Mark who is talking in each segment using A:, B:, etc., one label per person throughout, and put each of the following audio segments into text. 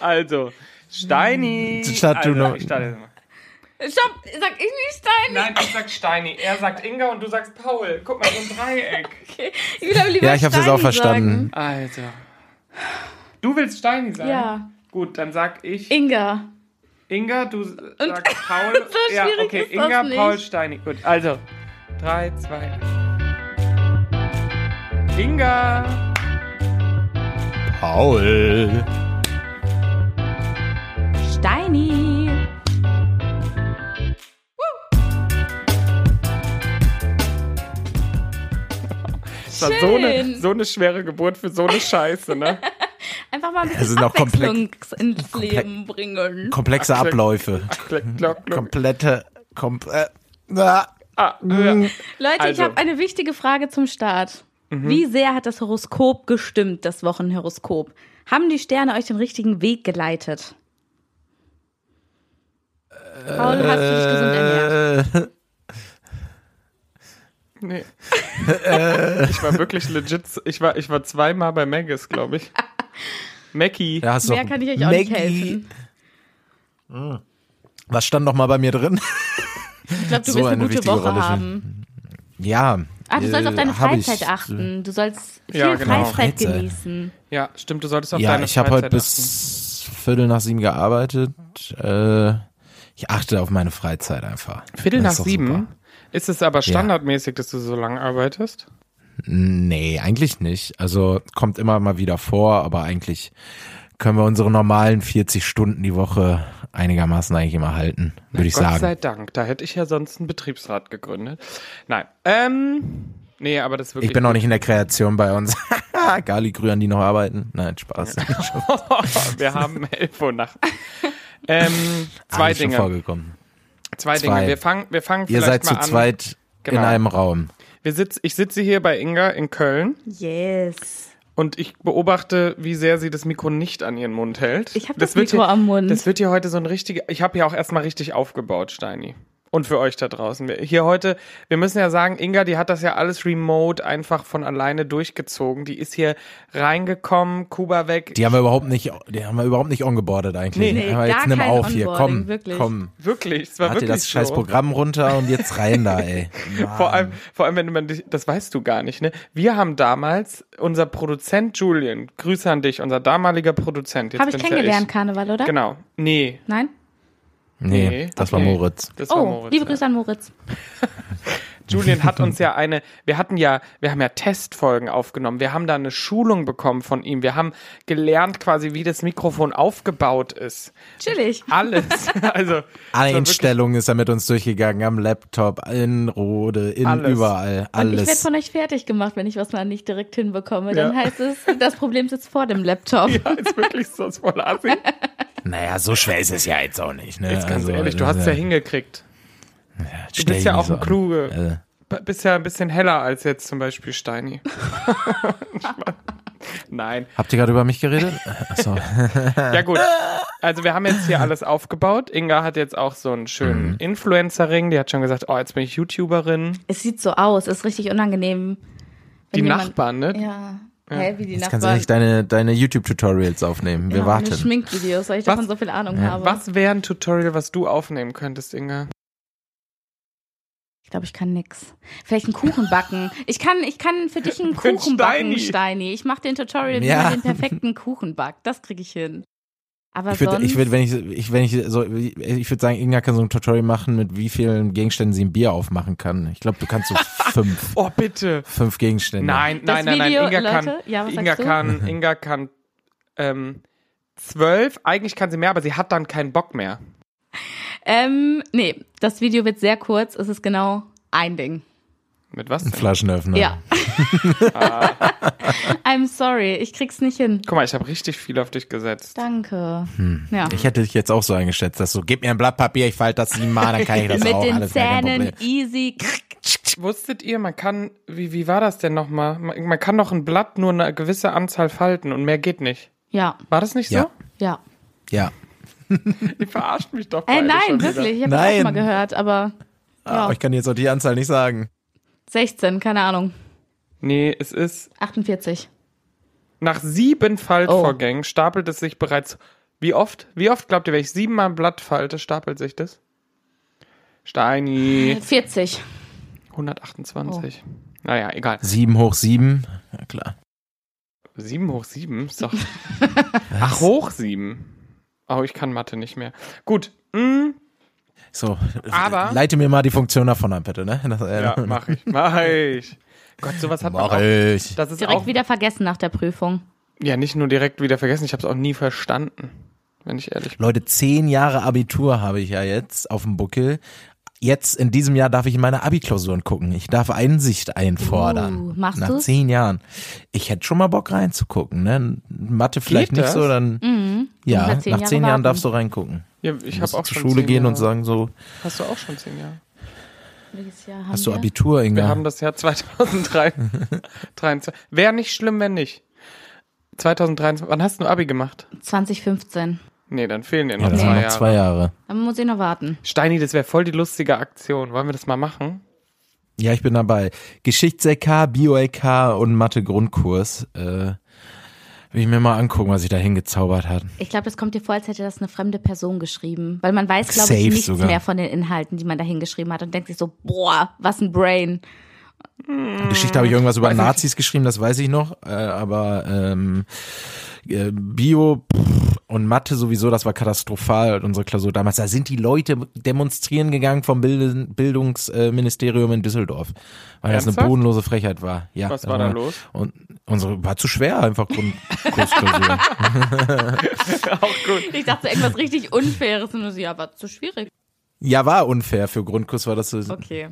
A: Also, Steini.
B: Statt du
A: also,
B: noch-
A: ich starte jetzt mal.
C: Stopp, sag ich nicht Stein.
A: Nein, ich sag Steini. Er sagt Inga und du sagst Paul. Guck mal, so ein Dreieck.
C: Okay. Ich will aber lieber
B: Ja, ich habe das
C: Steini
B: auch verstanden.
A: Alter. Du willst Steini sagen?
C: Sagen. Ja,
A: Gut, dann sag ich
C: Inga.
A: Inga, du s- sagst Paul.
C: so
A: ja,
C: schwierig
A: okay,
C: ist das
A: Inga,
C: nicht.
A: Paul, Steini. Gut, also. Drei, zwei. eins. Inga.
B: Paul.
C: Steini.
A: Das war so eine,
C: Schön.
A: so eine schwere Geburt für so eine Scheiße, ne?
C: Einfach mal ein
B: Es
C: bisschen
B: sind auch komplex-
C: Abwechslung ins Leben bringen.
B: Komplexe
A: Ach, klick.
B: Abläufe.
A: Klick, klock, klock.
B: Komplette. Kom äh, na,
A: Ah, ja.
C: Leute,
A: Also.
C: ich habe eine wichtige Frage zum Start. Wie sehr hat das Horoskop gestimmt, das Wochenhoroskop? Haben die Sterne euch den richtigen Weg geleitet? Paul, hast du dich gesund ernährt?
B: äh,
A: Nee.
B: Äh.
A: ich war wirklich legit. Ich war, ich war zweimal bei Maggis, glaube ich. Mackie.
B: da hast du
C: Mehr
B: noch-
C: kann ich euch auch nicht
B: Äh, Maggie.
C: helfen.
B: Was stand noch mal bei mir drin?
C: Ich glaube, du
B: So
C: wirst
B: eine
C: eine gute
B: wichtige
C: Woche
B: Rolle für-
C: haben.
B: Ja.
C: Ah, du sollst auf deine
B: äh, hab ich.
C: Freizeit achten. Du sollst viel
A: Ja, genau.
C: Freizeit
B: Freizeit.
C: genießen.
A: Ja, stimmt, du solltest auf
B: Ja,
A: deine
B: ich habe heute
A: Freizeit
B: bis Viertel nach sieben gearbeitet. Äh, ich achte auf meine Freizeit einfach.
A: achten. Viertel nach
B: Das ist doch
A: sieben.
B: super.
A: Ist es aber standardmäßig, dass du so lange arbeitest?
B: Nee, eigentlich nicht. Also kommt immer mal wieder vor, aber eigentlich können wir unsere normalen 40 Stunden die Woche einigermaßen eigentlich immer halten, würde ich
A: Gott
B: sagen.
A: sei Dank, da hätte ich ja sonst einen Betriebsrat gegründet. Nein. Ähm, nee, aber das ist wirklich.
B: Ich bin noch nicht in der Kreation bei uns. Galigrü an die noch arbeiten. Nein, Spaß.
A: wir haben 11 Uhr nachts. Ähm, zwei
B: Alles schon
A: Dinge.
B: vorgekommen.
A: Zwei
B: Zwei.
A: Dinge. Wir fangen, wir fangen
B: Ihr
A: vielleicht
B: seid
A: mal
B: zu
A: an.
B: zweit in
A: Genau.
B: einem Raum.
A: Wir sitz, ich sitze hier bei Inga in Köln.
C: Yes.
A: Und ich beobachte, wie sehr sie das Mikro nicht an ihren Mund hält.
C: Ich hab das Mikro
A: hier,
C: am Mund.
A: Das wird hier heute so ein richtiger. Ich habe ja auch erstmal richtig aufgebaut, Steini. Und für euch da draußen. Wir- Hier heute, wir müssen ja sagen, Inga, die hat das ja alles remote einfach von alleine durchgezogen. Die ist hier reingekommen, Kuba weg.
B: Die haben wir überhaupt nicht, die haben wir überhaupt nicht ongeboardet eigentlich.
A: Nee, nee,
B: aber jetzt
C: gar
B: nimm
C: kein
B: auf hier,
C: Onboarding,
B: komm,
C: wirklich.
B: komm.
A: wirklich, es war
B: Hat dir
A: wirklich
B: das scheiß
A: so.
B: Programm runter und jetzt rein da, ey.
A: Vor allem, vor allem, wenn man dich, das weißt du gar nicht, ne? Wir haben damals, unser Produzent Julian, Grüße an dich, unser damaliger Produzent. Jetzt
C: Habe ich
A: bin's ja
C: kennengelernt, Karneval, oder?
A: Genau. Nee,
C: Nein?
B: Nee,
A: Nee,
B: das
A: okay.
B: war Moritz.
A: das war
C: Oh,
A: Moritz. ne?
C: liebe
A: ja.
C: Grüße an Moritz.
A: Julian hat uns ja eine, wir hatten ja, wir haben ja Testfolgen aufgenommen, wir haben da eine Schulung bekommen von ihm, wir haben gelernt quasi, wie das Mikrofon aufgebaut ist.
C: Chillig.
A: Alles. Also,
B: Alle
A: wirklich-
B: Einstellungen ist er mit uns durchgegangen, am Laptop, in Rode, in
A: Alles.
B: überall,
C: Und ich werde
B: alles.
C: von euch fertig gemacht, wenn ich was mal nicht direkt hinbekomme. Dann
A: Ja.
C: heißt es, das Problem sitzt vor dem Laptop.
A: ja, ist wirklich so das voll assi.
B: Naja, so schwer ist es ja jetzt auch nicht. Ne?
A: Jetzt ganz
B: Also,
A: ehrlich, du hast es ja hingekriegt. Du
B: stell
A: bist ja
B: dich
A: auch
B: so
A: ein
B: an.
A: Kluge.
B: Äh,
A: B- Bist ja ein bisschen heller als jetzt zum Beispiel Steini. Spaß. Nein.
B: habt ihr gerade über mich geredet? Achso.
A: Ja gut, also wir haben jetzt hier alles aufgebaut. Inga hat jetzt auch so einen schönen
B: Mhm.
A: Influencer-Ring. Die hat schon gesagt, oh, jetzt bin ich YouTuberin.
C: Es sieht so aus, ist richtig unangenehm.
A: Die
C: wenn jemand-
A: Nachbarn, ne?
C: Ja. Hä, wie die
B: Jetzt kannst du
C: Nachbarn.
B: nicht deine, deine YouTube-Tutorials aufnehmen. Wir
C: Ja, meine
B: warten.
C: Schminkvideos, weil ich
A: Was?
C: davon so viel Ahnung habe.
A: Was wäre ein Tutorial, was du aufnehmen könntest, Inga?
C: Ich glaube, ich kann nix. Vielleicht einen Kuchen backen. Ich kann, ich kann für dich einen
A: Für einen
C: Kuchen backen,
A: Steini.
C: Steini. Ich mache den Tutorial, wie
B: Ja.
C: man den perfekten Kuchen backt. Das kriege ich hin. Aber
B: Ich würde,
C: sonst,
B: ich würde, wenn ich, ich, wenn ich so, ich würde sagen, Inga kann so ein Tutorial machen, mit wie vielen Gegenständen sie ein Bier aufmachen kann. Ich glaube, du kannst so fünf,
A: Oh, bitte.
B: fünf Gegenstände.
A: Nein, nein,
C: Das
A: nein, nein.
C: Video,
A: Inga kann,
C: Leute? Ja, was
A: Inga
C: sagst du?
A: kann, Inga kann ähm, zwölf. Eigentlich kann sie mehr, aber sie hat dann keinen Bock mehr.
C: ähm, nee, das Video wird sehr kurz. Es ist genau ein Ding.
A: Mit was?
B: Ein
A: Denn?
B: Flaschenöffner.
C: Ja.
A: Ah.
C: I'm sorry, ich krieg's nicht hin.
A: Guck mal, ich habe richtig viel auf dich gesetzt.
C: Danke. Ja.
B: Hm. Ich hätte dich jetzt auch so eingeschätzt, dass so, gib mir ein Blatt Papier, ich falte das siebenmal, dann kann ich das
C: Mit
B: auch.
C: den
B: alles gar kein
C: Zähnen
B: Problem.
C: easy.
A: Wusstet ihr, man kann, wie, wie war das denn nochmal? Man, man kann doch ein Blatt nur eine gewisse Anzahl falten und mehr geht nicht.
C: Ja,
A: War das nicht so?
B: Ja. Ja.
C: ja.
A: Ihr verarscht mich doch.
C: Äh,
A: beide schon
C: nein,
A: wieder.
C: wirklich. Ich habe das auch
B: Nein.
C: schon mal gehört, aber
B: Ah, aber ich kann dir jetzt auch die Anzahl nicht sagen.
C: 16, keine Ahnung.
A: Nee, es ist
C: 48.
A: Nach sieben
C: Oh.
A: Faltvorgängen stapelt es sich bereits Wie oft? Wie oft glaubt ihr, wenn ich siebenmal ein Blatt falte, stapelt sich das? Steini,
C: 40.
A: 128. Naja, egal.
B: Sieben hoch sieben. Ja, klar.
A: Sieben hoch sieben ist doch. Ach, hoch sieben. Oh, ich kann Mathe nicht mehr. Gut. Mm,
B: So,
A: Aber-
B: leite mir mal die Funktion davon an, bitte, ne? Das, äh,
A: ja, mach ich. Mach ich. Gott, sowas hat man
B: Mach
A: auch.
B: ich.
A: Das ist
C: Direkt
A: auch
C: wieder vergessen nach der Prüfung.
A: Ja, nicht nur direkt wieder vergessen, ich habe es auch nie verstanden, wenn ich ehrlich bin.
B: Leute, zehn Jahre Abitur habe ich ja jetzt auf dem Buckel. Jetzt in diesem Jahr darf ich in meine Abi-Klausuren gucken. Ich darf Einsicht einfordern.
C: Uh, machst
B: Nach
C: du's?
B: zehn Jahren. Ich hätte schon mal Bock reinzugucken, ne? Mathe vielleicht
A: Geht
B: nicht
A: das?
B: so, dann. Ja, nach zehn,
C: Muss man Mhm. halt zehn Jahre
B: Jahren
C: warten.
B: darfst du reingucken.
A: Ja, ich
B: Musst
A: habe auch
B: zur
A: schon
B: Schule
A: zehn
B: gehen
A: Jahre.
B: und sagen so,
A: Hast du auch schon zehn Jahre?
C: Welches Jahr haben
B: hast du
C: wir?
B: Abitur, Inga?
A: Wir haben das Jahr 2023. Wäre nicht schlimm, wenn nicht. 2023. Wann hast du Abi gemacht?
C: 2015.
A: Nee, dann fehlen dir
B: ja,
A: noch,
B: das
A: zwei,
B: sind noch
A: Jahre.
B: zwei Jahre.
C: Dann muss ich noch warten.
A: Steini, das wäre voll die lustige Aktion. Wollen wir das mal machen?
B: Ja, ich bin dabei. Geschichts-LK, Bio-LK und Mathe-Grundkurs. Äh, will ich mir mal angucken, was ich da hingezaubert hat.
C: Ich glaube, das kommt dir vor, als hätte das eine fremde Person geschrieben. Weil man weiß, glaube ich,
B: Safe
C: nichts
B: sogar.
C: mehr von den Inhalten, die man da hingeschrieben hat und denkt sich so, boah, was ein Brain.
B: Geschichte habe ich irgendwas über
A: Hm, Weiß ich-
B: Nazis geschrieben, das weiß ich noch. Äh, aber ähm, äh, Bio pff, und Mathe sowieso, das war katastrophal, unsere Klausur damals. Da sind die Leute demonstrieren gegangen vom Bild Bildungsministerium in Düsseldorf, weil das
A: Ernsthaft?
B: eine bodenlose Frechheit war. Ja,
A: Was
B: das
A: war da los?
B: Und unsere war zu schwer, einfach Grundkursklausur.
C: Ich dachte so irgendwas richtig Unfaires und nur so, ja, war zu schwierig.
B: ja, war unfair für Grundkurs, war das so.
C: Okay.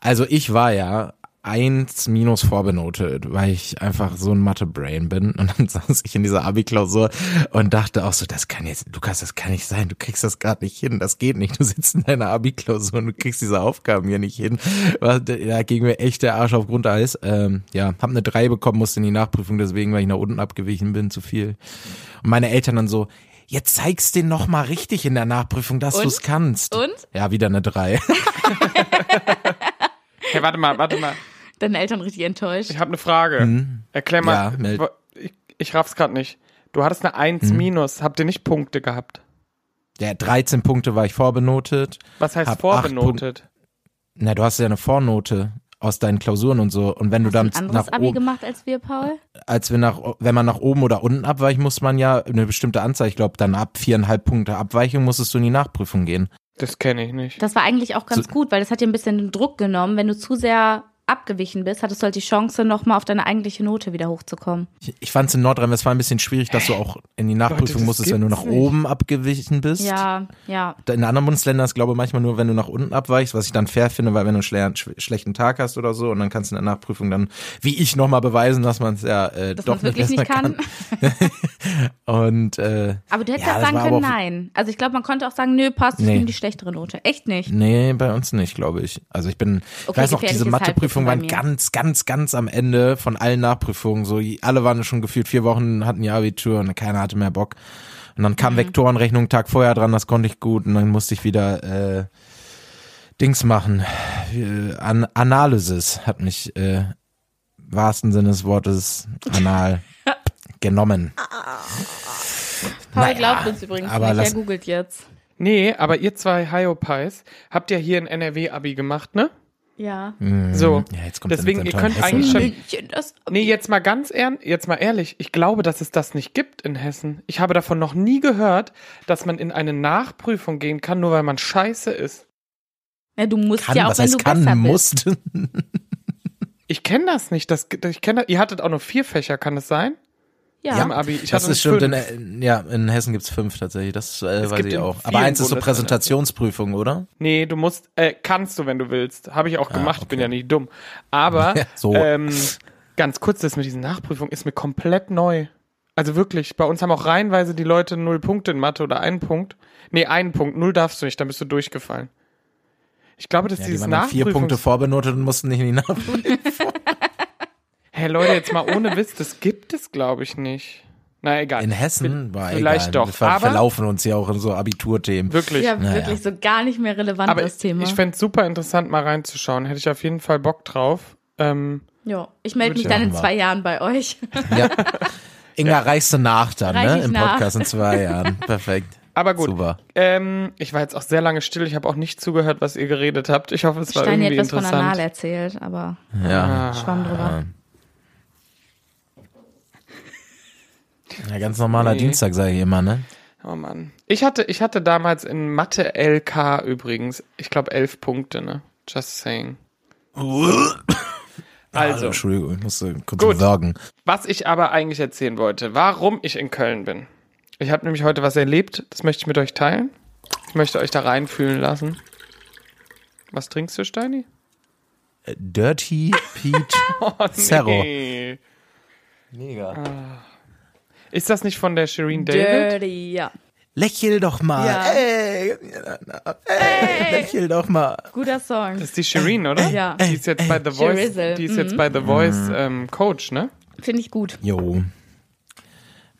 B: Also ich war ja eins minus vorbenotet, weil ich einfach so ein Mathe-Brain bin. Und dann saß ich in dieser Abi-Klausur und dachte auch so, das kann jetzt, Lukas, das kann nicht sein. Du kriegst das gerade nicht hin. Das geht nicht. Du sitzt in deiner Abi-Klausur und du kriegst diese Aufgaben hier nicht hin. Was- Da ging mir echt der Arsch auf Grundeis. Ähm, ja, hab eine drei bekommen, musste in die Nachprüfung, deswegen, weil ich nach unten abgewichen bin, zu viel. Und meine Eltern dann so, jetzt zeig's denen noch mal richtig in der Nachprüfung, dass
C: Und?
B: du's kannst.
C: Und?
B: Ja, wieder eine drei.
A: Hey, warte mal, warte mal.
C: Deine Eltern richtig enttäuscht.
A: Ich habe eine Frage. Erklär mal.
B: Mhm. Ja, meld. Mhm.
A: Wo- ich, ich raff's gerade nicht. Du hattest eine 1 minus. Habt ihr nicht Punkte gehabt?
B: Ja, 13 Punkte war ich vorbenotet.
A: Was heißt
B: Hab acht
A: vorbenotet?
B: Na, du hast ja eine Vornote aus deinen Klausuren und so. Und wenn du dann
C: Ein anderes
B: nach
C: Abi
B: oben,
C: gemacht als wir, Paul?
B: als wir nach, wenn man nach oben oder unten abweicht, muss man ja eine bestimmte Anzahl, ich glaube, dann ab viereinhalb Punkte Abweichung musstest du in die Nachprüfung gehen.
A: Das kenne ich nicht.
C: Das war eigentlich auch ganz gut, weil das hat dir ein bisschen den Druck genommen. Wenn du zu sehr abgewichen bist, hattest du halt die Chance, nochmal auf deine eigentliche Note wieder hochzukommen.
B: Ich, ich fand es in Nordrhein-Westfalen ein bisschen schwierig, dass du auch in die Nachprüfung
A: das
B: musstest, wenn du
A: gibt's
B: nach
A: nicht.
B: oben abgewichen bist.
C: Ja, ja.
B: In anderen Bundesländern ist, glaube ich, manchmal nur, wenn du nach unten abweichst, was ich dann fair finde, weil wenn du einen schle sch- schlechten Tag hast oder so und dann kannst du in der Nachprüfung dann, wie ich, nochmal beweisen, dass man es ja äh,
C: Dass
B: doch
C: man es wirklich nicht
B: besser
C: kann.
B: Und äh,
C: Aber du hättest
B: Ja,
C: ja,
B: das
C: sagen
B: war aber
C: können,
B: auch-
C: nein. Also ich glaube, man konnte auch sagen, nö, passt, ich
B: Nee.
C: nehme die schlechtere Note. Echt nicht.
B: Nee, bei uns nicht, glaube ich. Also ich bin, ich
C: Okay,
B: weiß noch,
C: gefährliches
B: diese Matheprüfungen waren
C: Halbwissen bei
B: ganz, ganz, ganz am Ende von allen Nachprüfungen. So, je- alle waren schon gefühlt vier Wochen, hatten ihr Abitur und keiner hatte mehr Bock. Und dann
C: Mhm.
B: kam Vektorenrechnung Tag vorher dran, das konnte ich gut. Und dann musste ich wieder äh, Dings machen. Äh, An Analysis hat mich äh, im wahrsten Sinne des Wortes anal genommen.
C: Paul
B: Naja,
C: glaubt uns übrigens
B: aber
C: nicht.
B: lass-
C: Er googelt jetzt.
A: Nee, aber ihr zwei Hiopies habt ja hier ein NRW-Abi gemacht, ne?
C: Ja.
A: So.
B: Mhm. Ja, jetzt kommt er mit
A: Deswegen,
B: seinem
A: ihr
B: tollen
A: könnt
B: Essen.
A: eigentlich schon-
C: Mädchen, das
A: Nee, jetzt mal ganz ehrlich, jetzt mal ehrlich, ich glaube, dass es das nicht gibt in Hessen. Ich habe davon noch nie gehört, dass man in eine Nachprüfung gehen kann, nur weil man scheiße ist.
C: ja, du musst
B: kann,
C: ja auch,
B: was
C: wenn
B: heißt
C: du besser
B: kann,
C: bist.
B: musst.
A: Ich kenne das nicht. Das, ich kenne das. Ihr hattet auch nur vier Fächer, kann es sein?
C: Ja.
A: Im Abi. Ich
B: das
A: hatte
B: ist stimmt.
A: fünf.
B: In, ja, in Hessen gibt's fünf tatsächlich. Das äh,
A: Es
B: weiß
A: gibt
B: ich
A: in
B: auch.
A: vielen
B: Aber eins ist so
A: Bundesländern.
B: Präsentationsprüfung, oder?
A: Nee, du musst, äh, kannst du, wenn du willst. Habe ich auch gemacht, bin ja nicht dumm. Aber
B: Ah, Ja, so.
A: ähm, ganz kurz, das mit diesen Nachprüfungen ist mir komplett neu. Also wirklich, bei uns haben auch reihenweise die Leute null Punkte in Mathe oder einen Punkt. Nee, einen Punkt, null darfst du nicht, dann bist du durchgefallen. Ich glaube, dass
B: Ja, die
A: dieses
B: waren dann vier
A: Nachprüfungs...
B: Punkte vorbenotet und mussten nicht in die Nachprüfung.
A: Hey Leute, jetzt mal ohne Witz, das gibt es, glaube ich, nicht. Na egal.
B: In Hessen war
A: Vielleicht
B: egal.
A: doch,
B: Wir ver
A: aber-
B: verlaufen uns ja auch in so Abiturthemen.
A: Wirklich.
C: Ja,
B: Naja.
C: wirklich so gar nicht mehr relevant
A: Aber
C: das Thema.
A: ich fände es super interessant, mal reinzuschauen. Hätte ich auf jeden Fall Bock drauf. Ähm,
C: ja, ich melde
A: Gut,
C: mich
A: ja,
C: dann in
B: machen wir.
C: zwei Jahren bei euch.
B: Ja. Inga, reichst du nach dann,
C: Reich
B: ne?
C: ich
B: Im
C: nach.
B: Podcast in zwei Jahren. Perfekt.
A: Aber gut,
B: Super.
A: Ähm, ich war jetzt auch sehr lange still. Ich habe auch nicht zugehört, was ihr geredet habt. Ich hoffe, es war
C: Steini
A: irgendwie
C: etwas von Anal
A: interessant.
C: erzählt, aber
A: Ah.
B: Ja.
C: schwamm drüber.
B: ja ganz normaler Dienstag, sage ich immer, ne?
A: Oh Mann. Ich hatte, ich hatte damals in Mathe LK übrigens, ich glaube, elf Punkte, ne? Just saying. Also,
B: Entschuldigung, ich musste kurz
A: Gut.
B: sagen.
A: was ich aber eigentlich erzählen wollte, warum ich in Köln bin. Ich habe nämlich heute was erlebt, das möchte ich mit euch teilen. Ich möchte euch da reinfühlen lassen. Was trinkst du, Steini?
B: Dirty Pete Zerro.
A: Nee. Ah.
B: Mega.
A: Ist das nicht von der Shireen David?
C: Dirty, ja.
B: Lächel doch mal.
C: Ja.
B: Ey, ey, lächel doch mal.
C: Guter Song.
A: Das ist die Shireen, oder?
C: Ja.
A: Die ist jetzt bei The Voice,
C: Shirizzle,
A: die ist jetzt bei The
B: Mhm.
A: Voice ähm, Coach, ne?
C: Finde ich gut.
B: Jo.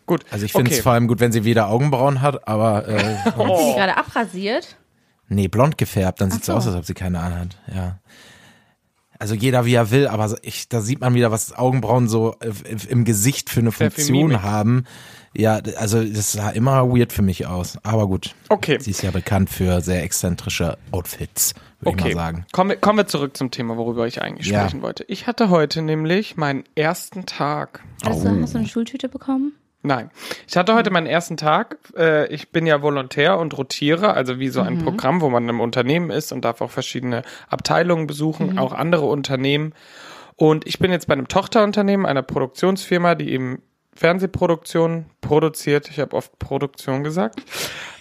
A: Gut.
B: Also ich finde es vor allem gut, wenn sie wieder Augenbrauen hat, aber äh,
C: Ist die gerade abrasiert?
B: nee, blond gefärbt, dann sieht sie
C: so.
B: aus, als ob sie keine Ahnung hat. Ja. Also jeder wie er will, aber ich, da sieht man wieder, was Augenbrauen so äh, im Gesicht für eine
A: viel Mimik.
B: Funktion haben. Ja, d- also das sah immer weird für mich aus. Aber gut,
A: Okay.
B: sie ist ja bekannt für sehr exzentrische Outfits, würde ich
A: Okay,
B: mal sagen.
A: Kommen, wir- kommen wir zurück zum Thema, worüber ich eigentlich
B: Ja.
A: sprechen wollte. Ich hatte heute nämlich meinen ersten Tag.
C: Hast, du, hast du eine Schultüte bekommen?
A: Nein, ich hatte heute meinen ersten Tag. Äh, Ich bin ja Volontär und rotiere, also wie so ein Programm, wo man im Unternehmen ist und darf auch verschiedene Abteilungen besuchen, auch andere Unternehmen. Und ich bin jetzt bei einem Tochterunternehmen einer Produktionsfirma, die eben Fernsehproduktion produziert. Ich habe oft Produktion gesagt.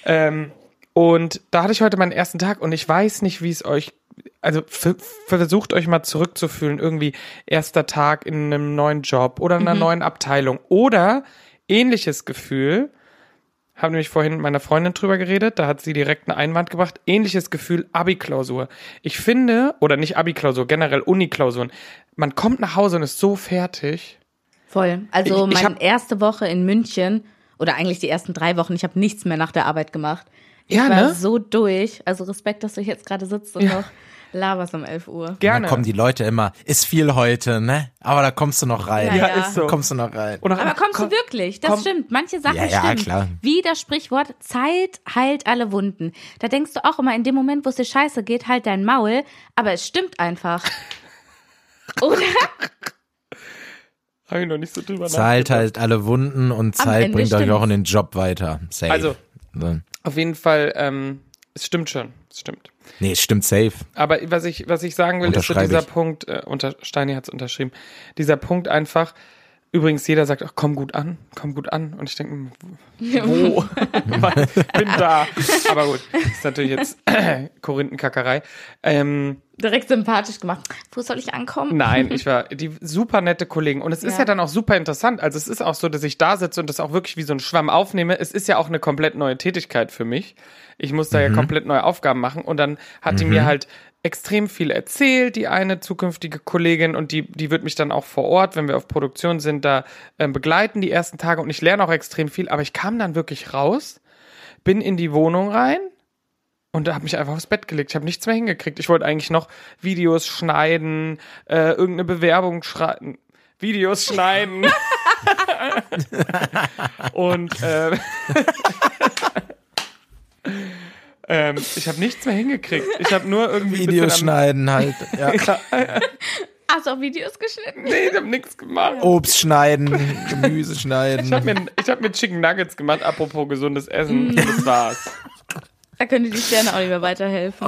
A: Ähm, und da hatte ich heute meinen ersten Tag und ich weiß nicht, wie es euch, also ver- versucht euch mal zurückzufühlen, irgendwie erster Tag in einem neuen Job oder in
C: Mhm.
A: einer neuen Abteilung oder ähnliches Gefühl. Haben nämlich vorhin mit meiner Freundin drüber geredet, da hat sie direkt einen Einwand gebracht. Ähnliches Gefühl, Abi-Klausur. Ich finde, oder nicht Abi-Klausur, generell Uni-Klausuren, man kommt nach Hause und ist so fertig.
C: Voll. Also
A: Ich- ich
C: meine
A: hab-
C: erste Woche in München oder eigentlich die ersten drei Wochen, ich habe nichts mehr nach der Arbeit gemacht. Ich
A: Ja,
C: war
A: ne?
C: so durch. Also Respekt, dass du jetzt gerade sitzt und noch laberst um 11 Uhr.
B: Und
A: Gerne.
B: dann kommen die Leute immer, ist viel heute, ne? Aber da kommst du noch rein.
C: Ja,
A: ja,
C: ja.
A: ist so.
B: Kommst du noch rein.
A: Und noch
C: Aber
A: einmal,
C: kommst
A: komm-
C: du wirklich? Das
A: komm.
C: stimmt. Manche Sachen
B: Ja, ja,
C: stimmen.
B: klar.
C: Wie das Sprichwort, Zeit heilt alle Wunden. Da denkst du auch immer, in dem Moment, wo es dir scheiße geht, halt dein Maul. Aber es stimmt einfach. Oder?
A: Hab ich noch nicht so drüber
B: Zahlt halt alle Wunden und Zeit
C: Ende
B: bringt euch
C: stimmt's.
B: auch in den Job weiter. Safe.
A: Also-
B: So.
A: Auf jeden Fall, ähm, es stimmt schon, es stimmt.
B: Nee, es stimmt safe.
A: Aber was ich, was ich sagen will, ist so
B: Unterschreibe
A: dieser
B: ich.
A: Punkt, äh, unter, Steini hat es unterschrieben, dieser Punkt einfach, übrigens jeder sagt, ach, komm gut an, komm gut an. Und ich denke, wo? Weil ich bin da. Aber gut, ist natürlich jetzt Korinthenkackerei. Ähm,
C: Direkt sympathisch gemacht. Wo soll ich ankommen?
A: Nein, ich war die super nette Kollegen. Und es ist
C: Ja.
A: ja dann auch super interessant. Also es ist auch so, dass ich da sitze und das auch wirklich wie so ein Schwamm aufnehme. Es ist ja auch eine komplett neue Tätigkeit für mich. Ich muss da ja komplett neue Aufgaben machen. Und dann hat die mir halt extrem viel erzählt, die eine zukünftige Kollegin. Und die, die wird mich dann auch vor Ort, wenn wir auf Produktion sind, da ähm, begleiten die ersten Tage. Und ich lerne auch extrem viel. Aber ich kam dann wirklich raus, bin in die Wohnung rein und habe mich einfach aufs Bett gelegt. Ich habe nichts mehr hingekriegt. Ich wollte eigentlich noch Videos schneiden, äh, irgendeine Bewerbung schreiben. Videos schneiden. und äh, ähm, ich habe nichts mehr hingekriegt. Ich habe nur irgendwie ein
B: Videos
A: bisschen am-
B: schneiden halt. Ja.
C: Hast du auch Videos geschnitten?
A: Nee, ich habe nichts gemacht.
B: Obst schneiden, Gemüse schneiden.
A: Ich habe mir, ich hab mir Chicken Nuggets gemacht, apropos gesundes Essen. Das war's.
C: Da könnte die Sterne auch nicht mehr
A: Oh,
C: weiterhelfen.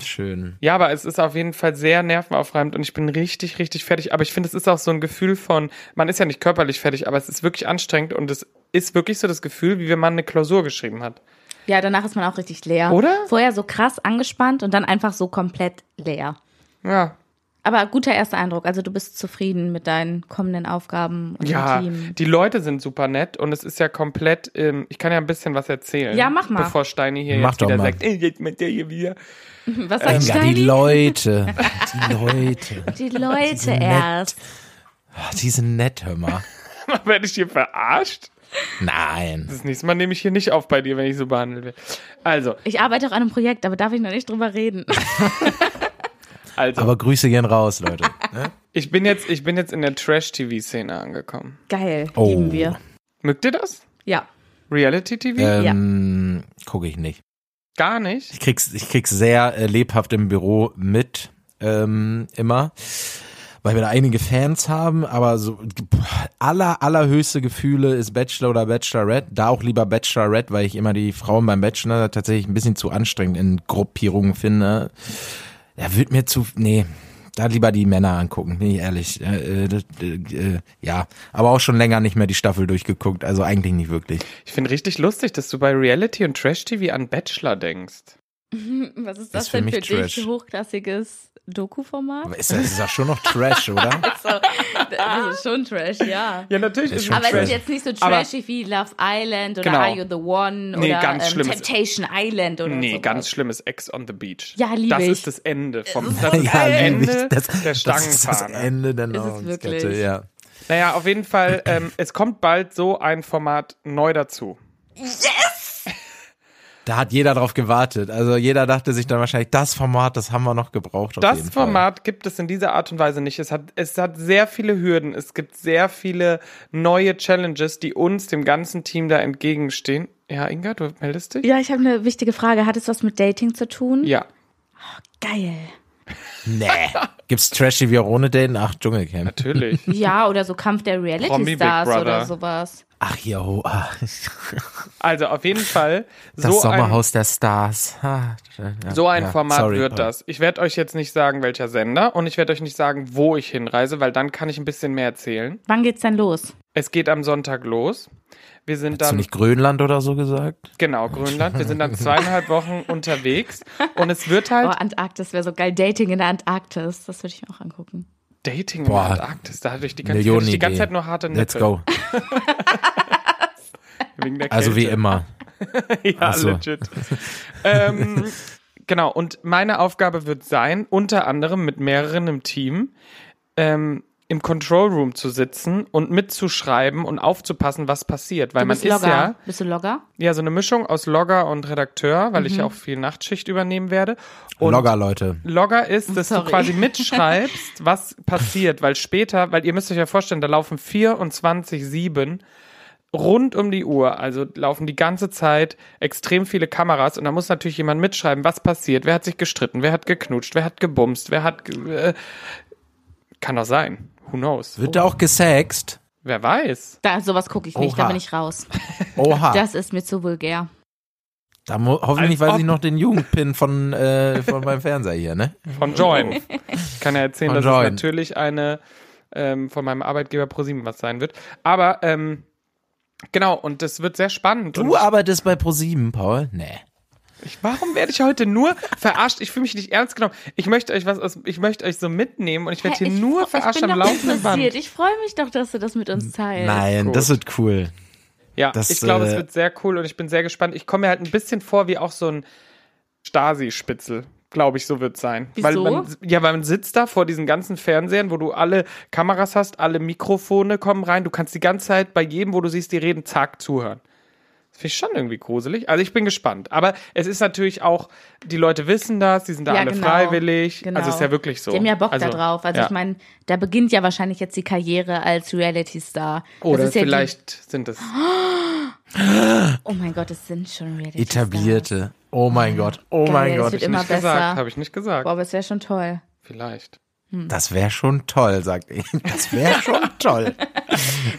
B: Schön.
A: Ja, aber es ist auf jeden Fall sehr nervenaufreibend und ich bin richtig, richtig fertig. Aber ich finde, es ist auch so ein Gefühl von, man ist ja nicht körperlich fertig, aber es ist wirklich anstrengend und es ist wirklich so das Gefühl, wie wenn man eine Klausur geschrieben hat.
C: Ja, danach ist man auch richtig leer.
A: Oder?
C: Vorher so krass angespannt und dann einfach so komplett leer.
A: Ja.
C: Aber guter erster Eindruck. Also du bist zufrieden mit deinen kommenden Aufgaben und
A: Ja,
C: dem Team.
A: die Leute sind super nett und es ist ja komplett, ähm, ich kann ja ein bisschen was erzählen.
C: Ja, mach mal.
A: Bevor Steini hier
B: Mach
A: jetzt
B: doch
A: wieder
B: mal.
A: sagt, ey, jetzt mit der hier wieder.
C: Was sagt
B: Ähm, Ja, die
C: Steini?
B: Leute. Die Leute.
C: Die Leute
B: nett.
C: erst.
B: Ach, die sind nett, hör mal.
A: Werde ich hier verarscht?
B: Nein.
A: Das nächste Mal nehme ich hier nicht auf bei dir, wenn ich so behandelt werde. Also,
C: Ich arbeite auch an einem Projekt, aber darf ich noch nicht drüber reden.
A: Also.
B: Aber Grüße gehen raus, Leute. Ne?
A: Ich bin jetzt, ich bin jetzt in der Trash-TV-Szene angekommen.
C: Geil,
B: Oh.
C: lieben wir.
A: Mögt ihr das?
C: Ja.
A: Reality-TV?
B: ähm, Gucke ich nicht.
A: Gar nicht.
B: Ich krieg's, ich krieg's sehr äh, lebhaft im Büro mit, ähm, immer. Weil wir da einige Fans haben, aber so boah, aller, allerhöchste Gefühle ist Bachelor oder Bachelorette. Da auch lieber Bachelorette, weil ich immer die Frauen beim Bachelor tatsächlich ein bisschen zu anstrengend in Gruppierungen finde. Da wird mir zu. Nee, da lieber die Männer angucken, bin ich ehrlich. Äh, äh, das, äh, ja, aber auch schon länger nicht mehr die Staffel durchgeguckt, also eigentlich nicht wirklich.
A: Ich finde richtig lustig, dass du bei Reality und Trash-TV an Bachelor denkst.
C: Was ist das
B: Ist für
C: denn
B: mich
C: für,
B: Trash.
C: dich? Hochklassiges Doku-Format?
B: Aber Ist das, ist das schon noch Trash, oder?
C: So, das ist schon Trash, ja.
A: Ja, natürlich
B: Ist ist es schon
C: Aber es
B: Trash.
C: ist jetzt nicht so
A: Aber-
C: trashy wie Love Island oder
A: Genau.
C: Are You the One
A: Nee,
C: oder
A: ganz
C: ähm,
A: schlimm.
C: Temptation Island oder
A: Nee,
C: sowas.
A: ganz schlimmes Ex on the Beach.
C: Ja, lieb
A: Das
C: ich. Äh,
A: ist das Ende vom das ist das
B: lieb ich.
A: Ende der
B: das ist das
A: Stangenfahne.
B: Ende der
C: es
B: Nahrungskette,
C: wirklich?
B: ja.
A: Naja, auf jeden Fall, ähm, es kommt bald so ein Format neu dazu.
B: Da hat jeder drauf gewartet. Also jeder dachte sich dann wahrscheinlich, das Format, das haben wir noch gebraucht. Auf
A: Das
B: jeden Fall.
A: Format gibt es in dieser Art und Weise nicht. Es hat, es hat sehr viele Hürden. Es gibt sehr viele neue Challenges, die uns, dem ganzen Team, da entgegenstehen. Ja, Inga, du meldest dich?
C: Ja, ich habe eine wichtige Frage. Hat es was mit Dating zu tun?
A: Ja.
C: Geil.
B: Nee. Gibt's Trashy wie auch ohne Daten? Ach, Dschungelcamp.
A: Natürlich.
C: Ja, oder so Kampf der
A: Promi Big
C: Reality-Stars
A: Brother.
C: oder sowas.
B: Ach, ja, oh, ah.
A: Also auf jeden Fall,
B: Das
A: so ein,
B: Sommerhaus der Stars. Ah, ja,
A: so ein
B: ja,
A: Format
B: sorry.
A: wird das. Ich werde euch jetzt nicht sagen, welcher Sender und ich werde euch nicht sagen, wo ich hinreise, weil dann kann ich ein bisschen mehr erzählen.
C: Wann geht's denn los?
A: Es geht am Sonntag los. Wir sind
B: Hast du
A: dann
B: nicht Grönland oder so gesagt?
A: genau Grönland. Wir sind dann zweieinhalb Wochen unterwegs und es wird
C: Oh,
A: halt
C: Antarktis wäre so geil. Dating in der Antarktis. Das würde ich mir auch angucken.
A: Dating
B: Boah.
A: in der Antarktis. Da hatte ich die ganze, ich
B: Millionen
A: hatte die ganze
B: Ideen.
A: Zeit nur harte Nippel.
B: Let's go.
A: Wegen der
B: Also wie
A: Kälte.
B: immer.
A: ja,
B: Ach so.
A: legit. ähm, genau, und meine Aufgabe wird sein, unter anderem mit mehreren im Team ähm, im Control Room zu sitzen und mitzuschreiben und aufzupassen, was passiert. Weil
C: Du
A: man
C: bist
A: ist
C: Logger.
A: ja,
C: Bist du Logger?
A: ja so eine Mischung aus Logger und Redakteur, weil
C: Mhm.
A: ich ja auch viel Nachtschicht übernehmen werde. Und
B: Logger, Leute.
A: Logger ist, dass du
C: Sorry.
A: quasi mitschreibst, was passiert, weil später, weil ihr müsst euch ja vorstellen, da laufen 24-7 rund um die Uhr, also laufen die ganze Zeit extrem viele Kameras und da muss natürlich jemand mitschreiben, was passiert, wer hat sich gestritten, wer hat geknutscht, wer hat gebumst, wer hat... ge- Äh, kann doch sein. Who knows?
B: Wird da auch gesext?
A: Wer weiß?
C: Da, sowas gucke ich nicht,
B: Oha.
C: da bin ich raus.
A: Ah.
B: Oha.
C: Das ist mir zu vulgär.
B: da mu- hoffentlich
A: Als
B: weiß ich
A: ob.
B: noch den Jugendpin von, äh, von meinem Fernseher hier, ne?
A: Von Join. Ich kann ja erzählen,
B: Von
A: dass es
B: Join.
A: natürlich eine ähm, von meinem Arbeitgeber ProSieben was sein wird. Aber ähm, genau, und das wird sehr spannend. und
B: Du arbeitest bei ProSieben, Paul? Nee.
A: Ich, warum werde ich heute nur verarscht? Ich fühle mich nicht ernst genommen. Ich möchte euch was aus, ich möchte euch so mitnehmen und ich werde hier
C: Hä, ich fre-
A: nur verarscht
C: ich bin
A: am
C: doch
A: laufenden
C: interessiert.
A: Band.
C: Ich freue mich doch, dass du das mit uns teilst.
B: Nein,
A: gut.
B: das wird cool.
A: Ja,
B: Das,
A: ich glaube, es
B: äh,
A: wird sehr cool und ich bin sehr gespannt. Ich komme mir halt ein bisschen vor wie auch so ein Stasi-Spitzel. Glaube ich, so wird es sein.
C: Wieso?
A: Weil man, ja, weil man sitzt da vor diesen ganzen Fernsehern, wo du alle Kameras hast, alle Mikrofone kommen rein. Du kannst die ganze Zeit bei jedem, wo du siehst, die reden, zack, zuhören. Das finde ich schon irgendwie gruselig. Also ich bin gespannt. Aber es ist natürlich auch, die Leute wissen das, die sind da
C: Ja,
A: alle
C: genau,
A: freiwillig.
C: genau.
A: Also ist ja wirklich so.
C: Die haben ja Bock
A: also,
C: da drauf. Also
A: ja.
C: ich meine, da beginnt ja wahrscheinlich jetzt die Karriere als Reality-Star. Das
A: Oder
C: ist ja
A: vielleicht sind es.
C: Die, oh mein Gott, es sind schon Reality-Stars.
B: Etablierte. Oh mein Gott. Oh
C: Geil,
B: mein
C: es
B: Gott.
C: wird
A: Hab ich
C: immer
A: nicht gesagt,
C: besser.
A: habe ich nicht gesagt.
C: Boah, aber es wäre schon toll.
A: Vielleicht.
B: Das wäre schon toll, sagt ich. Das wäre schon toll. Da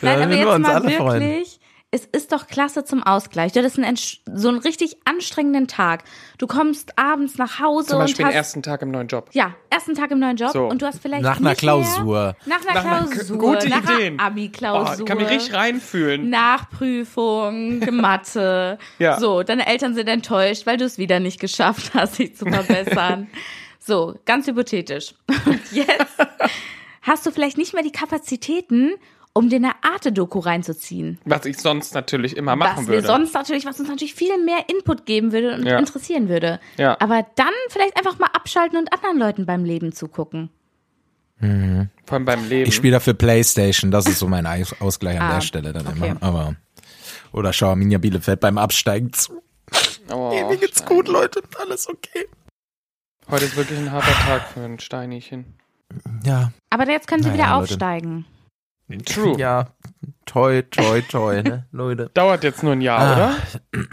C: Nein,
B: würden Äh,
C: aber
B: wir
C: jetzt
B: uns
C: mal
B: alle
C: wirklich,
B: freuen.
C: es ist doch klasse zum Ausgleich. Du hattest einen, entsch- so einen richtig anstrengenden Tag. Du kommst abends nach Hause
A: Zum
C: und
A: Beispiel
C: hast
A: den ersten Tag im neuen Job.
C: ja, ersten Tag im neuen Job
A: So.
C: und du hast vielleicht
B: Nach einer
C: nicht mehr-
B: Klausur.
C: nach einer
A: Nach einer K-
C: Klausur,
A: gute
C: nach
A: Ideen.
C: einer
A: Oh,
C: Abi-Klausur.
A: ich kann mich richtig reinfühlen.
C: Nachprüfung, Mathe.
A: Ja.
C: So, deine Eltern sind enttäuscht, weil du es wieder nicht geschafft hast, dich zu verbessern. so, ganz hypothetisch. Und jetzt hast du vielleicht nicht mehr die Kapazitäten, um dir eine Arte-Doku reinzuziehen.
A: Was ich sonst natürlich immer machen
C: was wir
A: würde.
C: sonst natürlich, was uns natürlich viel mehr Input geben würde und
A: Ja.
C: interessieren würde.
A: Ja.
C: Aber dann vielleicht einfach mal abschalten und anderen Leuten beim Leben zugucken.
A: Vor allem beim Leben.
B: Ich spiele dafür Playstation. Das ist so mein Aus- Ausgleich an
C: Ah,
B: der Stelle dann
C: okay.
B: immer. Aber. Oder schau Arminia Bielefeld beim Absteigen zu.
A: oh,
B: Mir geht's gut, Leute. Alles okay.
A: Heute ist wirklich ein harter Tag für ein Steiniechen.
B: Ja.
C: Aber jetzt können sie
B: Naja,
C: wieder
B: Leute.
C: aufsteigen.
A: True.
B: Ja. Toi, toi, toi, ne? Leute.
A: Dauert jetzt nur ein Jahr,
B: Ah.
A: oder?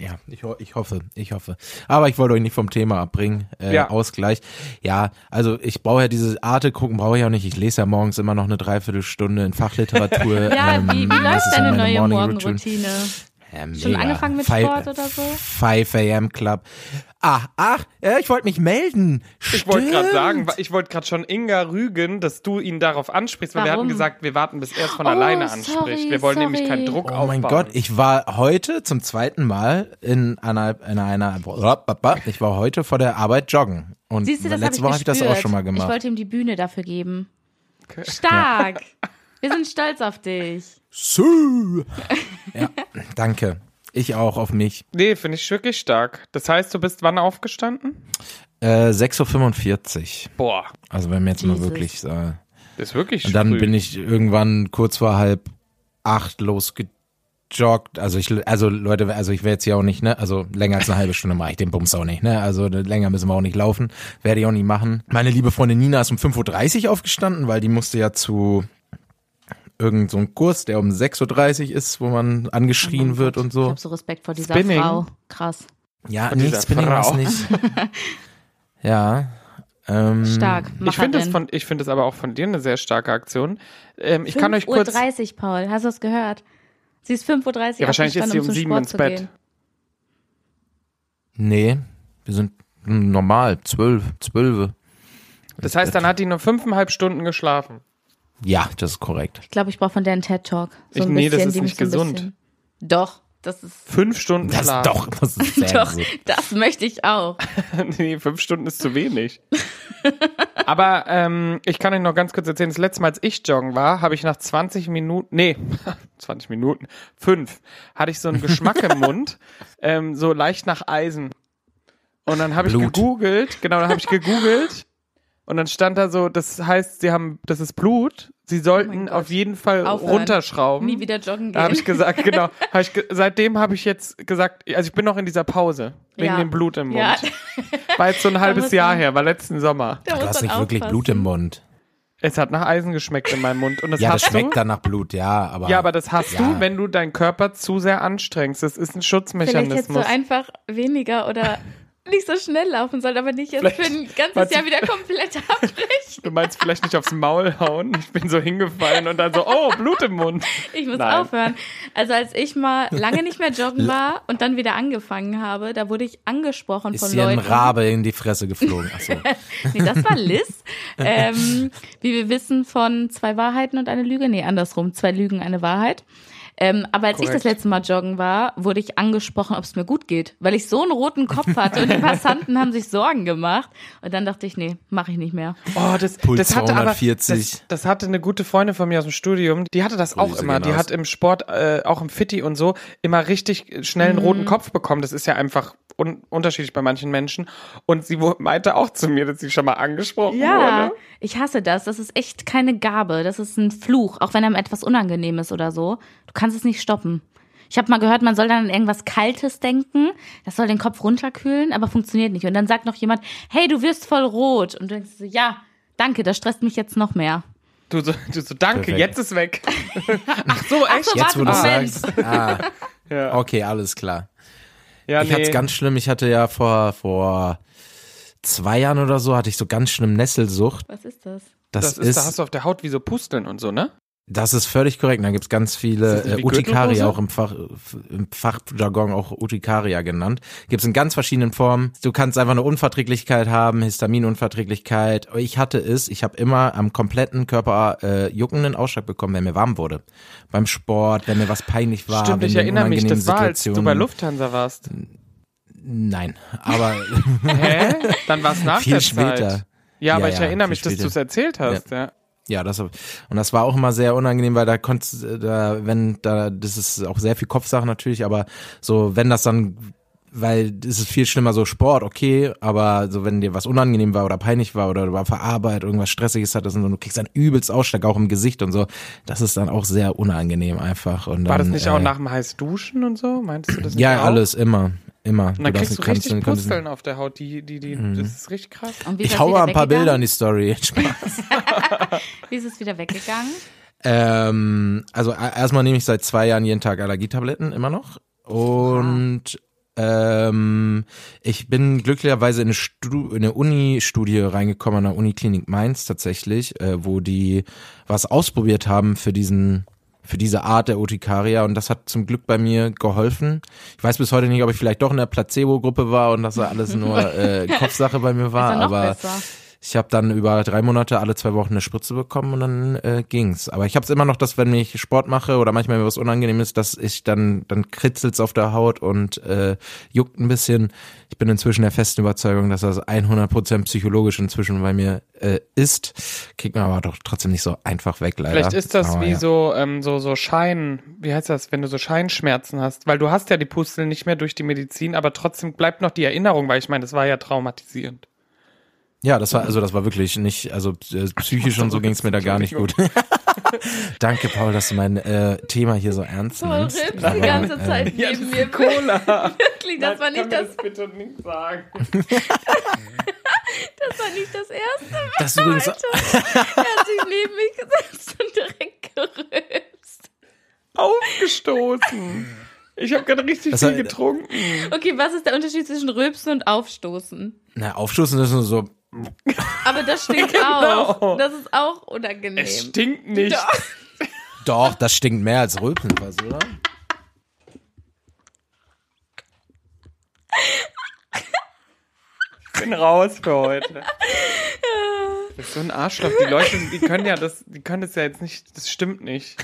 B: Ja, ich, ho- ich hoffe, ich hoffe. Aber ich wollte euch nicht vom Thema abbringen. Äh,
A: Ja.
B: Ausgleich. Ja, also ich brauche ja diese Arte gucken, brauche ich auch nicht. Ich lese ja morgens immer noch eine Dreiviertelstunde in Fachliteratur.
C: Ja, wie,
B: Ähm,
C: wie
B: das
C: läuft
B: ist ja
C: deine
B: meine
C: neue
B: Morning Routine.
C: Morgenroutine?
B: Ja,
C: Schon
B: mega.
C: angefangen mit
B: Five-
C: Sport oder so?
B: 5 a.m. Club. Ah, ach, äh, ich wollte mich melden.
A: Ich wollte gerade
B: Stimmt.
A: sagen, wa- ich wollte gerade schon Inga rügen, dass du ihn darauf ansprichst, weil wir
C: Warum?
A: hatten gesagt, wir warten, bis er es von
C: Oh,
A: alleine
C: sorry,
A: anspricht. Wir wollen
C: sorry.
A: nämlich keinen Druck
B: Oh
A: aufbauen.
B: mein Gott, ich war heute zum zweiten Mal in einer, in einer, ich war heute vor der Arbeit joggen. Und
C: Siehst du, das
B: letzte
C: hab
B: Woche
C: ich
B: habe ich das auch
C: gespürt.
B: schon mal
C: Ich
B: gemacht.
C: wollte ihm die Bühne dafür geben. Stark. Wir sind stolz auf dich.
B: So. ja, danke. Ich auch auf mich.
A: Nee, finde ich wirklich stark. Das heißt, du bist wann aufgestanden?
B: Äh, 6.45 Uhr.
A: Boah,
B: Also wenn wir jetzt mal
C: Jesus.
B: wirklich, äh,
A: das ist wirklich
B: und dann
A: früh.
B: bin ich irgendwann kurz vor halb acht losgejoggt. Also ich, also Leute, also ich werde jetzt hier auch nicht, ne, also länger als eine halbe Stunde mache ich den Bums auch nicht, ne, also länger müssen wir auch nicht laufen, werde ich auch nicht machen. Meine liebe Freundin Nina ist um 5.30 Uhr aufgestanden, weil die musste ja zu irgendeinem so einem Kurs, der um 6.30 Uhr ist, wo man
A: Oh
B: angeschrien wird und
C: Oh Ich
B: so.
C: habe so Respekt vor dieser
A: Spinning.
C: Frau. Krass.
B: Ja,
A: Von dieser
B: nichts bin ich was
A: Frau.
B: nicht. ja. Ähm,
C: Stark.
A: ich finde es
C: Macherin.
A: von, ich finde es aber auch von dir eine sehr starke Aktion. Ähm, ich kann euch
C: 5.30 Uhr
A: kurz.
C: 30, Paul. Hast du es gehört? Sie ist 5.30 Uhr
A: Ja, wahrscheinlich ist sie
C: aufgestanden,
A: um
C: zum
A: sieben
C: Sport
A: ins
C: zu
A: Bett.
C: gehen.
B: Nee, wir sind hm, normal, zwölf, zwölfe.
A: Das heißt, dann hat die nur fünfeinhalb Stunden geschlafen.
B: Ja, das ist korrekt.
C: Ich glaube, ich brauche von der einen TED-Talk. So
A: Ich-
C: ein
A: nee, das
C: bisschen,
A: ist
C: die
A: nicht
C: muss so ein
A: gesund.
C: bisschen- Doch, das ist.
A: Fünf Stunden
B: Das
A: Schlaf.
B: doch, das ist sehr
C: Doch,
B: gesund.
C: das möchte ich auch.
A: nee, fünf Stunden ist zu wenig. Aber ähm, ich kann euch noch ganz kurz erzählen, das letzte Mal, als ich joggen war, habe ich nach 20 Minuten, nee, 20 Minuten, fünf, hatte ich so einen Geschmack im Mund, ähm, so leicht nach Eisen. Und dann habe ich
B: Blut.
A: gegoogelt, genau, dann habe ich gegoogelt und dann stand da so, das heißt, sie haben, das ist Blut, sie
C: Oh mein
A: sollten
C: Gott.
A: auf jeden Fall
C: Aufhören.
A: runterschrauben.
C: Nie wieder joggen
A: Da habe
C: gehen.
A: ich gesagt, genau. Hab ich ge seitdem habe ich jetzt gesagt, also ich bin noch in dieser Pause, wegen
C: Ja.
A: dem Blut im Mund.
C: Ja.
A: War jetzt so ein halbes
C: muss
A: Jahr
C: man-
A: her, war letzten Sommer.
C: Da
B: Du
C: muss
B: hast
C: man
B: nicht wirklich
C: aufpassen.
B: Blut im Mund.
A: Es hat nach Eisen geschmeckt in meinem Mund. Und das
B: Ja, das
A: hast
B: schmeckt
A: du.
B: dann nach Blut, ja, aber.
A: Ja, aber das hast
B: Ja.
A: du, wenn du deinen Körper zu sehr anstrengst. Das ist ein
C: Vielleicht hättest du
A: Schutzmechanismus.
C: einfach weniger oder nicht so schnell laufen sollen, aber nicht jetzt für
A: Vielleicht-
C: ein ganzes
A: Warte.
C: Jahr wieder komplett abbrechen.
A: Du meinst vielleicht nicht aufs Maul hauen. Ich bin so hingefallen und dann so, oh, Blut im Mund.
C: Ich muss
A: Nein.
C: aufhören. Also als ich mal lange nicht mehr joggen war und dann wieder angefangen habe, da wurde ich angesprochen
B: ist
C: von
B: dir ein
C: Leuten.
B: Rabe in die Fresse geflogen. Achso.
C: Nee, das war Liz. ähm, wie wir wissen von zwei Wahrheiten und eine Lüge. Nee, andersrum. Zwei Lügen, eine Wahrheit. Ähm, aber als ich
A: Korrekt.
C: das letzte Mal joggen war, wurde ich angesprochen, ob es mir gut geht, weil ich so einen roten Kopf hatte und die Passanten haben sich Sorgen gemacht. Und dann dachte ich, nee, mache ich nicht mehr.
A: Oh, das,
B: Puls
A: das hatte aber,
B: 240.
A: das, das hatte eine gute Freundin von mir aus dem Studium, die hatte das auch
B: Grüße
A: immer.
B: gehen
A: Die
B: raus.
A: hat im Sport, äh, auch im Fitti und so, immer richtig äh, schnell einen
C: Mhm.
A: roten Kopf bekommen. Das ist ja einfach un unterschiedlich bei manchen Menschen. Und sie wo- meinte auch zu mir, dass sie schon mal angesprochen
C: Ja,
A: wurde.
C: ich hasse das. Das ist echt keine Gabe. Das ist ein Fluch, auch wenn einem etwas unangenehm ist oder so. Du kannst es nicht stoppen. Ich habe mal gehört, man soll dann an irgendwas Kaltes denken. Das soll den Kopf runterkühlen, aber funktioniert nicht. Und dann sagt noch jemand, hey, du wirst voll rot. Und du denkst so, ja, danke, das stresst mich jetzt noch mehr.
A: Du so, du so danke,
B: Perfekt.
A: jetzt ist weg. Ach so, echt?
C: so,
B: Jetzt, wo du
C: Moment.
B: sagst. Ah,
A: Ja.
B: okay, alles klar.
A: ja,
B: Ich hatte es
A: nee.
B: ganz schlimm. Ich hatte ja vor, vor zwei Jahren oder so, hatte ich so ganz schlimm Nesselsucht.
C: Was ist das?
B: Das,
A: das ist, da hast du auf der Haut wie so Pusteln und so, ne?
B: Das ist völlig korrekt. Da gibt's ganz
A: Ist
B: viele
A: das nicht
B: äh,
A: wie Gürtelrose?
B: Utikaria, auch im, Fach, im Fachjargon auch Utikaria genannt. Gibt's in ganz verschiedenen Formen. Du kannst einfach eine Unverträglichkeit haben, Histaminunverträglichkeit. Ich hatte es, ich habe immer am kompletten Körper äh, juckenden Ausschlag bekommen, wenn mir warm wurde. Beim Sport, wenn mir was peinlich war.
A: Stimmt,
B: wenn
A: ich
B: mir
A: erinnere mich,
B: unangenehmen
A: das war, als du bei
B: Situationen-
A: Lufthansa warst.
B: Nein, aber
A: Hä? Dann war es nach
B: Viel
A: der Zeit.
B: später.
A: Ja, aber
B: Ja,
A: ich
B: ja,
A: erinnere
B: viel
A: mich, dass
B: später.
A: du es erzählt hast, ja.
B: Ja, das und das war auch immer sehr unangenehm, weil da konntest äh, da wenn da das ist auch sehr viel Kopfsache natürlich, aber so wenn das dann weil es ist viel schlimmer so Sport, okay, aber so wenn dir was unangenehm war oder peinlich war oder du auf der Arbeit irgendwas stressiges hattest und so, du kriegst dann übelst Ausschlag auch im Gesicht und so, das ist dann auch sehr unangenehm einfach und dann,
A: War das nicht
B: äh,
A: auch nach dem heiß Duschen und so? Meintest du das nicht
B: Ja,
A: auch?
B: alles immer. Immer.
A: Und dann
B: darfst-
A: kriegst du
B: kannst-
A: richtig
B: kannst-
A: Pusteln auf der Haut. Die, die, die,
B: Mhm.
A: Das ist richtig krass.
C: Und wie ist
B: Ich
C: das
B: hau
C: wieder
B: mal ein paar
C: weggegangen?
B: Bilder in die Story. Spaß.
C: Wie ist es wieder weggegangen?
B: ähm, also e- erstmal nehme ich seit zwei Jahren jeden Tag Allergietabletten, immer noch. Und ähm, ich bin glücklicherweise in eine, Stu- in eine Uni-Studie reingekommen, an der Uniklinik Mainz tatsächlich, äh, wo die was ausprobiert haben für diesen für diese Art der Urtikaria und das hat zum Glück bei mir geholfen. Ich weiß bis heute nicht, ob ich vielleicht doch in der Placebo-Gruppe war und dass da alles nur äh, Kopfsache bei mir war,
C: Ist ja noch
B: Ah, aber
C: besser.
B: ich habe dann über drei Monate alle zwei Wochen eine Spritze bekommen und dann äh, ging's. Aber ich habe es immer noch, dass wenn ich Sport mache oder manchmal mir was unangenehm ist, dass ich dann dann kritzelt's auf der Haut und äh, juckt ein bisschen. Ich bin inzwischen der festen Überzeugung, dass das 100% psychologisch inzwischen bei mir äh, ist. Kriegt man aber doch trotzdem nicht so einfach weg, leider.
A: Vielleicht ist das
B: aber,
A: wie
B: ja.
A: so, ähm, so, so Schein, wie heißt das, wenn du so Scheinschmerzen hast? Weil du hast ja die Pusteln nicht mehr durch die Medizin, aber trotzdem bleibt noch die Erinnerung, weil ich meine, das war ja traumatisierend.
B: Ja, das war also das war wirklich nicht, also äh, psychisch und so ging's mir da gar nicht gut. Danke, Paul, dass du mein äh, Thema hier so ernst
C: Paul
B: nimmst.
C: rippt die
B: Aber,
C: ganze
B: äh,
C: Zeit neben mir.
A: Cola.
C: Wirklich, das war nicht das,
A: bitte nicht sagen.
C: das war nicht das erste.
B: Das ist übrigens
C: Er hat sich neben mich gesetzt und direkt gerülpst.
A: Aufgestoßen. Ich habe gerade richtig
B: Das
A: viel
B: war-
A: getrunken.
C: Okay, was ist der Unterschied zwischen Rülpsen und Aufstoßen?
B: Na, Aufstoßen ist nur so,
C: Aber das stinkt
A: Genau.
C: auch. Das ist auch unangenehm.
A: Es stinkt nicht.
B: doch, das stinkt mehr als Rülpsen, was, oder?
A: Ich bin raus für heute. Du bist so ein Arschloch. Die Leute, die können ja das, die können das ja jetzt nicht, das stimmt nicht.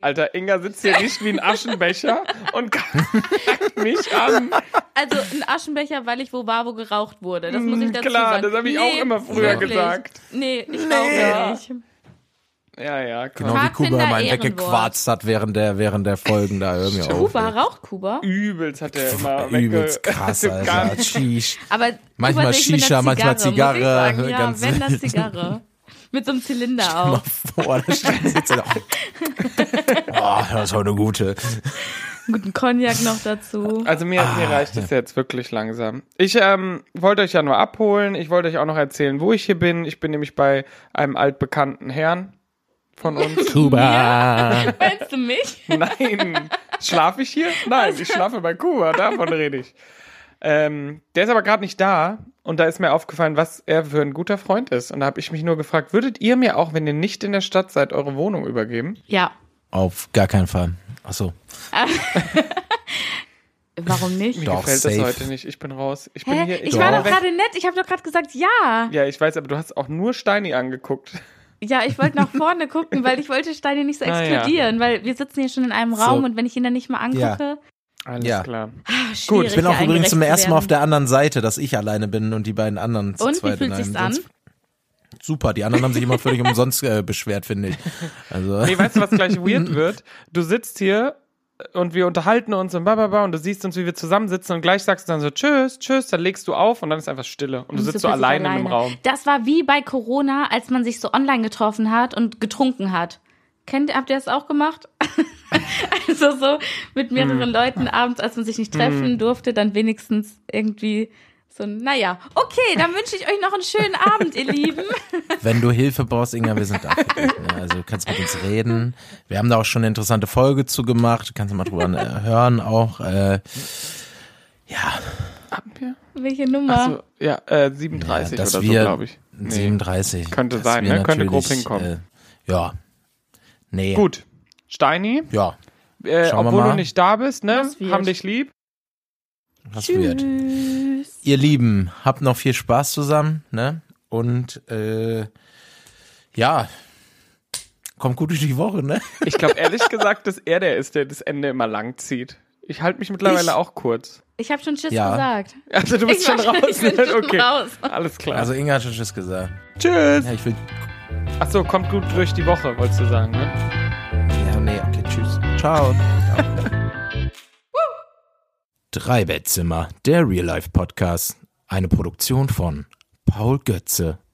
A: Alter, Inga sitzt hier nicht wie ein Aschenbecher und kackt mich an.
C: Also ein Aschenbecher, weil ich wo war, wo geraucht wurde. Das muss ich dazu
A: Hm, Klar,
C: sagen.
A: das hab ich auch immer früher gesagt.
C: Nee, ich rauche nicht.
A: Ja, ja, komm.
B: Genau wie
C: Pfadfinder
B: Kuba mal einen
C: Ehrenwort.
B: weggequarzt hat während der, während der Folgen da irgendwie auf.
C: Kuba, raucht Kuba?
A: Übelst hat er immer wegge-
B: Übelst krass,
A: Also gar
B: Alter.
A: nicht.
B: Sheesh.
C: Aber
B: Manchmal
C: Kuba sehe ich mit
B: Shisha,
C: einer
B: manchmal
C: Zigarre,
B: Zigarre,
C: Muss ich sagen. Ja,
B: ganz
C: wenn das
B: wild.
C: Zigarre. Mit so einem Zylinder
B: Mal
C: auch.
B: vor, da steht sie da. Oh, das war eine gute.
C: Guten Cognac noch dazu.
A: Also mir,
B: Ah,
A: mir reicht es jetzt wirklich langsam. Ich ähm, wollte euch ja nur abholen. Ich wollte euch auch noch erzählen, wo ich hier bin. Ich bin nämlich bei einem altbekannten Herrn von uns.
B: Kuba.
C: Meinst du mich?
A: Nein. Schlafe ich hier? Nein, ich schlafe bei Kuba, davon rede ich. Ähm, der ist aber gerade nicht da und da ist mir aufgefallen, was er für ein guter Freund ist. Und da habe ich mich nur gefragt, würdet ihr mir auch, wenn ihr nicht in der Stadt seid, eure Wohnung übergeben?
C: Ja.
B: Auf gar keinen Fall. Ach so.
C: Warum nicht?
A: Mir
B: Doch,
A: gefällt
B: safe.
A: das heute nicht. Ich bin raus. Ich bin
C: Hä?
A: hier.
C: Ich war
B: Doch.
C: doch gerade nett. Ich habe doch gerade gesagt, ja.
A: Ja, ich weiß, aber du hast auch nur Steini angeguckt.
C: Ja, ich wollte nach vorne gucken, weil ich wollte Steine nicht so
A: Ah, ja.
C: explodieren, weil wir sitzen hier schon in einem Raum
B: So.
C: und wenn ich ihn dann nicht mal angucke,
A: Alles
B: Ja.
A: klar.
C: ah, schwierig,
A: Gut,
B: Ich bin
C: hier
B: auch übrigens zum
C: eingerecht
B: ersten
C: zu
B: Mal auf
C: werden.
B: der anderen Seite, dass ich alleine bin und die beiden anderen zu
C: Und wie
B: zweit in
C: fühlt sich's
B: einem
C: an?
B: Sitz. Super, die anderen haben sich immer völlig umsonst äh, beschwert, finde ich. Also.
A: Nee, weißt du, was gleich weird wird? Du sitzt hier und wir unterhalten uns und bababa und du siehst uns, wie wir zusammensitzen und gleich sagst du dann so tschüss, tschüss, dann legst du auf und dann ist einfach Stille und du sitzt so
C: plötzlich
A: allein in einem Raum.
C: Das war wie bei Corona, als man sich so online getroffen hat und getrunken hat. Kennt, habt ihr das auch gemacht? also so
B: Hm.
C: mit mehreren Leuten abends, als man sich nicht treffen durfte, dann wenigstens irgendwie so, ein- naja. Okay, dann wünsche ich euch noch einen schönen Abend, ihr Lieben.
B: Wenn du Hilfe brauchst, Inga, wir sind da. für dich, ne? Also du kannst mit uns reden. Wir haben da auch schon eine interessante Folge zu gemacht. Du kannst mal drüber äh, hören auch. Äh, ja,
A: Haben wir?
C: Welche Nummer?
A: Also, ja, äh, 37
B: dass
A: oder so,
B: wir
A: glaube ich. Nee.
B: 37.
A: Könnte
B: dass
A: sein,
B: wir
A: ne? Könnte grob
B: natürlich,
A: hinkommen.
B: Äh, ja. Nee.
A: Gut. Steini,
B: Ja.
A: äh,
B: Schauen wir
A: obwohl
B: mal.
A: du nicht da bist, ne?
C: Das wird.
A: Haben dich lieb.
B: Das wird.
C: Tschüss.
B: Ihr Lieben, habt noch viel Spaß zusammen, ne? Und äh, ja, kommt gut durch die Woche, ne?
A: Ich glaube ehrlich gesagt, dass er der ist, der das Ende immer lang zieht. Ich halte mich mittlerweile
B: Ich?
A: auch kurz.
C: Ich habe schon Tschüss
B: Ja.
C: gesagt.
A: Also du bist
C: Ich
A: schon
C: war schon-
A: raus.
C: ich bin
A: ne?
C: schon
A: okay.
C: raus.
A: Alles klar.
B: Also Inga hat schon Tschüss gesagt.
A: tschüss.
B: Ja, ich will.
A: Achso, kommt gut durch die Woche, wolltest du sagen, ne?
B: Ja, nee, okay, tschüss. Ciao. Drei Bettzimmer, der Real Life Podcast. Eine Produktion von Paul Götze